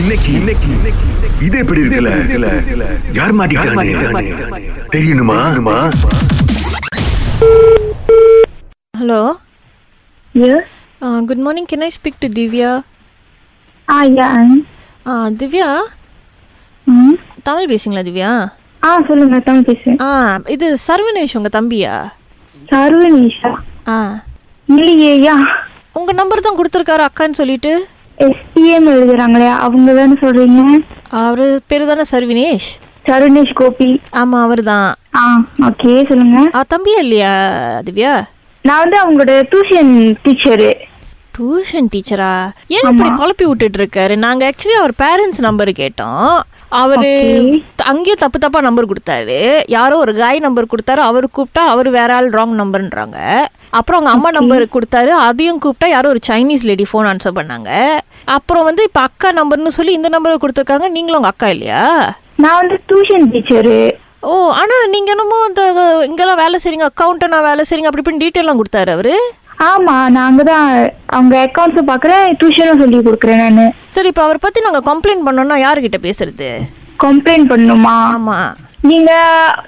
இன்னைக்கு இன்னைக்கு இது எப்படி இருக்குல்ல யார் மாட்டிக்கிட்டானே தெரியணுமா hello Yes. Good morning can I speak to Divya Ah, yeah. I'm- Ah, Divya ம். தமிழ் பேசுங்களா திவ்யா ஆ சொல்லுங்க தமிழ் பேசுறேன் ஆ இது சர்வனேஷ் உங்கள் தம்பியா சர்வ நிஷா ஆ இல்லையே யா உங்கள் நம்பர் தான் கொடுத்துருக்காரு அக்கான்னு சொல்லிட்டு எஸ்பிஎம் எழுதுறாங்களே அவங்க தானே சொல்றீங்க அவர் பேர் தானே சர்வினேஷ் சருணேஷ் கோபி ஆமாம் அவர் தான் ஆ ஓகே சொல்லுங்க அவர் தம்பியா இல்லையா திவ்யா நான் வந்து அவங்களோட டியூஷன் டீச்சரு டியூஷன் டீச்சரா ஏன் இப்படி குழப்பி விட்டுட்டு இருக்காரு நாங்க ஆக்சுவலி அவர் பேரண்ட்ஸ் நம்பர் கேட்டோம் அவரு Okay. த- அங்கேயே தப்பு தப்பா நம்பர் கொடுத்தாரு யாரோ ஒரு காய் நம்பர் கொடுத்தாரு அவரு கூப்பிட்டா அவர் வேற ஆள் ராங் நம்பர்ன்றாங்க அப்புறம் அவங்க அம்மா நம்பர் கொடுத்தாரு அதையும் கூப்பிட்டா யாரோ ஒரு சைனீஸ் லேடி ஃபோன் ஆன்சர் பண்ணாங்க அப்புறம் வந்து இப்ப அக்கா நம்பர்னு சொல்லி இந்த நம்பர் கொடுத்துருக்காங்க நீங்களும் உங்க அக்கா இல்லையா நான் வந்து டியூஷன் டீச்சரு ஓ ஆனா நீங்க என்னமோ இந்த இங்கெல்லாம் வேலை செய்றீங்க அக்கௌண்ட்டை நான் வேலை செய்றீங்க அப்படி இப்படின்னு டீட்டெயிலாம் கொடுத்தாரு அவரு ஆமா நான் அங்கதான் அவங்க அக்கௌண்ட்ஸும் பாக்குறேன் டியூஷனும் சொல்லி கொடுக்குறேன் நானு சரி இப்போ அவரை பத்தி நாங்க கம்ப்ளைண்ட் பண்ணோம்னா யார்கிட்ட பேசுறது கம்ப்ளைண்ட் பண்ணணுமா ஆமா நீங்க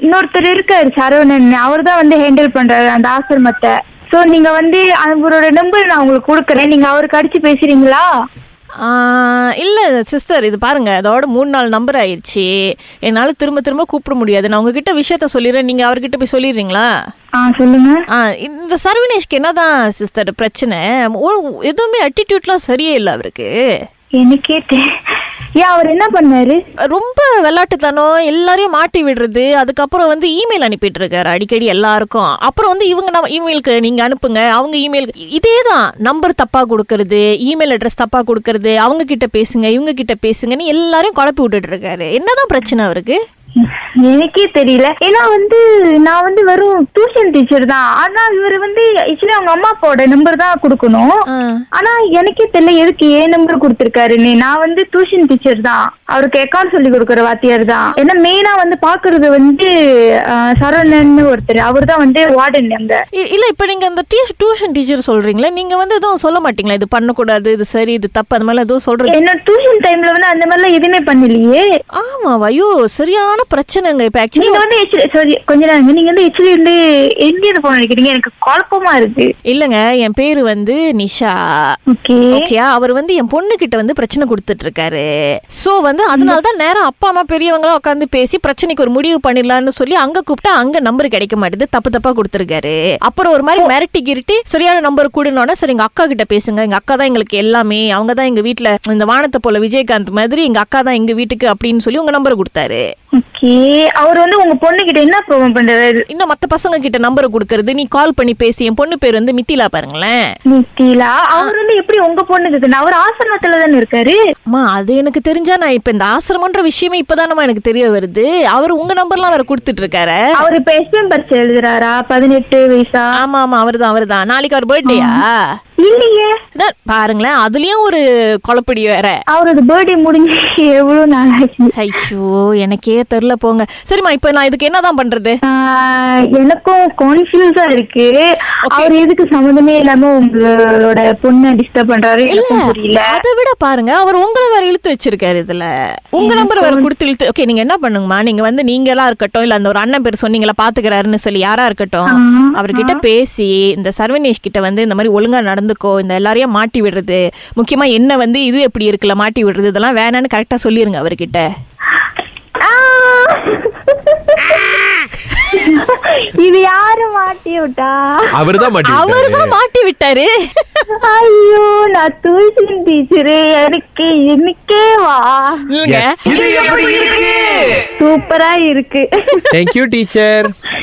இன்னொருத்தர் இருக்காரு சரவணன் அவர் தான் வந்து ஹேண்டில் பண்றாரு அந்த ஆசிரமத்தை சோ நீங்க வந்து அவரோட நம்பர் நான் உங்களுக்கு கொடுக்குறேன் நீங்க அவருக்கு அடிச்சு பேசுறீங்களா ஆஹ், இல்ல சிஸ்டர் இது பாருங்க அதோட மூணு நாலு நம்பர் ஆயிடுச்சு என்னால திரும்ப திரும்ப கூப்பிட முடியாது நான் உங்ககிட்ட விஷயத்த சொல்லிடுறேன் நீங்க அவர்கிட்ட போய் சொல்லிடுறீங்களா ஆ சொல்லுங்க ஆஹ், இந்த சர்வினேஷ்க்கு என்னதான் சிஸ்டர் பிரச்சனை ஒ- எதுவுமே அட்டிடியூட்லாம் சரியே இல்லை அவருக்கு எனக்கே தெ- ஏன் அவர் என்ன பண்ணாரு ரொம்ப விளையாட்டுத்தனம் எல்லாரையும் மாட்டி விடுறது அதுக்கப்புறம் வந்து இமெயில் அனுப்பிட்டு இருக்காரு அடிக்கடி எல்லாருக்கும் அப்புறம் வந்து இவங்க நம்ம இமெயிலுக்கு நீங்க அனுப்புங்க அவங்க இமெயில் இதே தான் நம்பர் தப்பா கொடுக்கறது இமெயில் அட்ரஸ் தப்பா கொடுக்கறது அவங்க கிட்ட பேசுங்க இவங்க கிட்ட பேசுங்கன்னு எல்லாரையும் குழப்பி விட்டுட்டு இருக்காரு என்னதான் பிரச்சனை அவருக்கு எனக்கே தெரியல ஏன்னா வந்து நான் வந்து வெறும் டியூஷன் டீச்சர் தான் ஆனா இவர் வந்து ஆக்சுவலி அவங்க அம்மா அப்பாவோட நம்பர் தான் கொடுக்கணும் ஆ. ஆனா எனக்கே தெரியல எதுக்கு ஏன் நம்பர் கொடுத்திருக்காருன்னு நான் வந்து டியூஷன் டீச்சர் தான் அவருக்கு அக்கௌண்ட் சொல்லி கொடுக்குற வாத்தியார் தான் ஏன்னா மெயினா வந்து பாக்குறது வந்து அஹ், சரவணன் ஒருத்தர் அவர் தான் வந்து வார்டன் அங்க இ- இல்ல இப்ப நீங்க அந்த டியூஷன் டீச்சர் சொல்றீங்களே நீங்க வந்து எதுவும் சொல்ல மாட்டீங்களா இது பண்ணக்கூடாது இது சரி இது தப்பு அந்த மாதிரிலாம் எதுவும் சொல்றது என்னோட டியூஷன் டைம்ல வந்து அந்த மாதிரிலாம் எதுவுமே பண்ணலையே ஆமாவா ஐயோ சரியான பிரச்சனைங்க இப்ப ஆக்சுவலி நீங்க வந்து சாரி கொஞ்ச நேரம் நீங்க வந்து ஆக்சுவலி வந்து எங்க இருந்து போன நினைக்கிறீங்க எனக்கு குழப்பமா இருக்கு இல்லங்க என் பேரு வந்து நிஷா ஓகே ஓகேயா அவர் வந்து என் பொண்ணு கிட்ட வந்து பிரச்சனை கொடுத்துட்டு இருக்காரு சோ வந்து அதனால தான் நேரம் அப்பா அம்மா பெரியவங்களா உட்காந்து பேசி பிரச்சனைக்கு ஒரு முடிவு பண்ணிடலாம்னு சொல்லி அங்க கூப்பிட்டா அங்க நம்பர் கிடைக்க மாட்டேது தப்பு தப்பா கொடுத்துருக்காரு அப்புறம் ஒரு மாதிரி மிரட்டி கிருட்டி சரியான நம்பர் கூடனோட சரி எங்க அக்கா கிட்ட பேசுங்க எங்க அக்கா தான் எங்களுக்கு எல்லாமே அவங்க தான் எங்க வீட்ல இந்த வானத்தை போல விஜயகாந்த் மாதிரி எங்க அக்கா தான் எங்க வீட்டுக்கு அப்படின்னு சொல்லி உங்க நம்பர் கொடுத்தாரு ஓகே அவர் வந்து உங்க பொண்ணு கிட்ட என்ன ப்ரோபம் பண்றாரு இன்னும் மத்த பசங்க கிட்ட நம்பரை கொடுக்கறது நீ கால் பண்ணி பேசி என் பொண்ணு பேர் வந்து மித்திலா பாருங்களேன் நித்திலா அவர் வந்து எப்படி உங்க பொண்ணுக்கு தெரியும்? அவர் ஆசிரமத்துல தானே இருக்காரு அம்மா அது எனக்கு தெரிஞ்சா நான் இப்ப இந்த ஆசிரமன்ற விஷயமே இப்பதானம்மா எனக்கு தெரிய வருது அவர் உங்க நம்பர்லாம் வேற கொடுத்துட்டு இருக்காரு அவர் இப்ப எஸ்பிஎம் பரிச்சை எழுதுறாரா பதினெட்டு வயசா ஆமா ஆமா அவர்தான் அவர்தான் நாளைக்கு அவர் பர்த்டேயா இல்லையே பாருங்களேன் அதுலயும் ஒரு குழப்படி வேற அவரோட பர்த்டே முடிஞ்சு எவ்வளவு நாள் ஆச்சு ஐயோ எனக்கே தெரியல போங்க சரிம்மா இப்ப நான் இதுக்கு என்னதான் பண்றது ஆஹ், எனக்கும் கன்ஃபியூஸா இருக்கு அவர் எதுக்கு சம்மந்தமே இல்லாம உங்களோட பொண்ணை டிஸ்டர்ப் பண்றாரு எனக்கும் புரியல அதை விட பாருங்க அவர் உங்களை வேற இழுத்து வச்சிருக்காரு இதுல உங்க நம்பர் வேற கொடுத்து இழுத்து ஓகே நீங்க என்ன பண்ணுங்கம்மா நீங்க வந்து நீங்களா இருக்கட்டும் இல்ல அந்த ஒரு அண்ணன் பேர் சொன்னீங்களா பாத்துக்கிறாருன்னு சொல்லி யாரா இருக்கட்டும் அவர்கிட்ட பேசி இந்த சர்வனேஷ் கிட்ட வந்து இந்த மாதிரி ஒழுங்கா நடந்துக்கோ இந்த எல்லாரையும் மாட்டி விடுறது முக்கியமா என்ன வந்து இது எப்படி இருக்குல்ல மாட்டி விடுறது இதெல்லாம் வேணான்னு கரெக்டா சொல்லிருங்க அவர்கிட்ட ஆஹ். இது யாரு மாட்டி விட்டா அவர்தான் மாட்டி அவர்தான் மாட்டி விட்டாரு ஐயோ நான் தூசின் டீச்சரு எனக்கு எனக்கே வா இல்லைங்க இது எப்படி இருக்கு சூப்பரா இருக்கு தேங்க்யூ டீச்சர்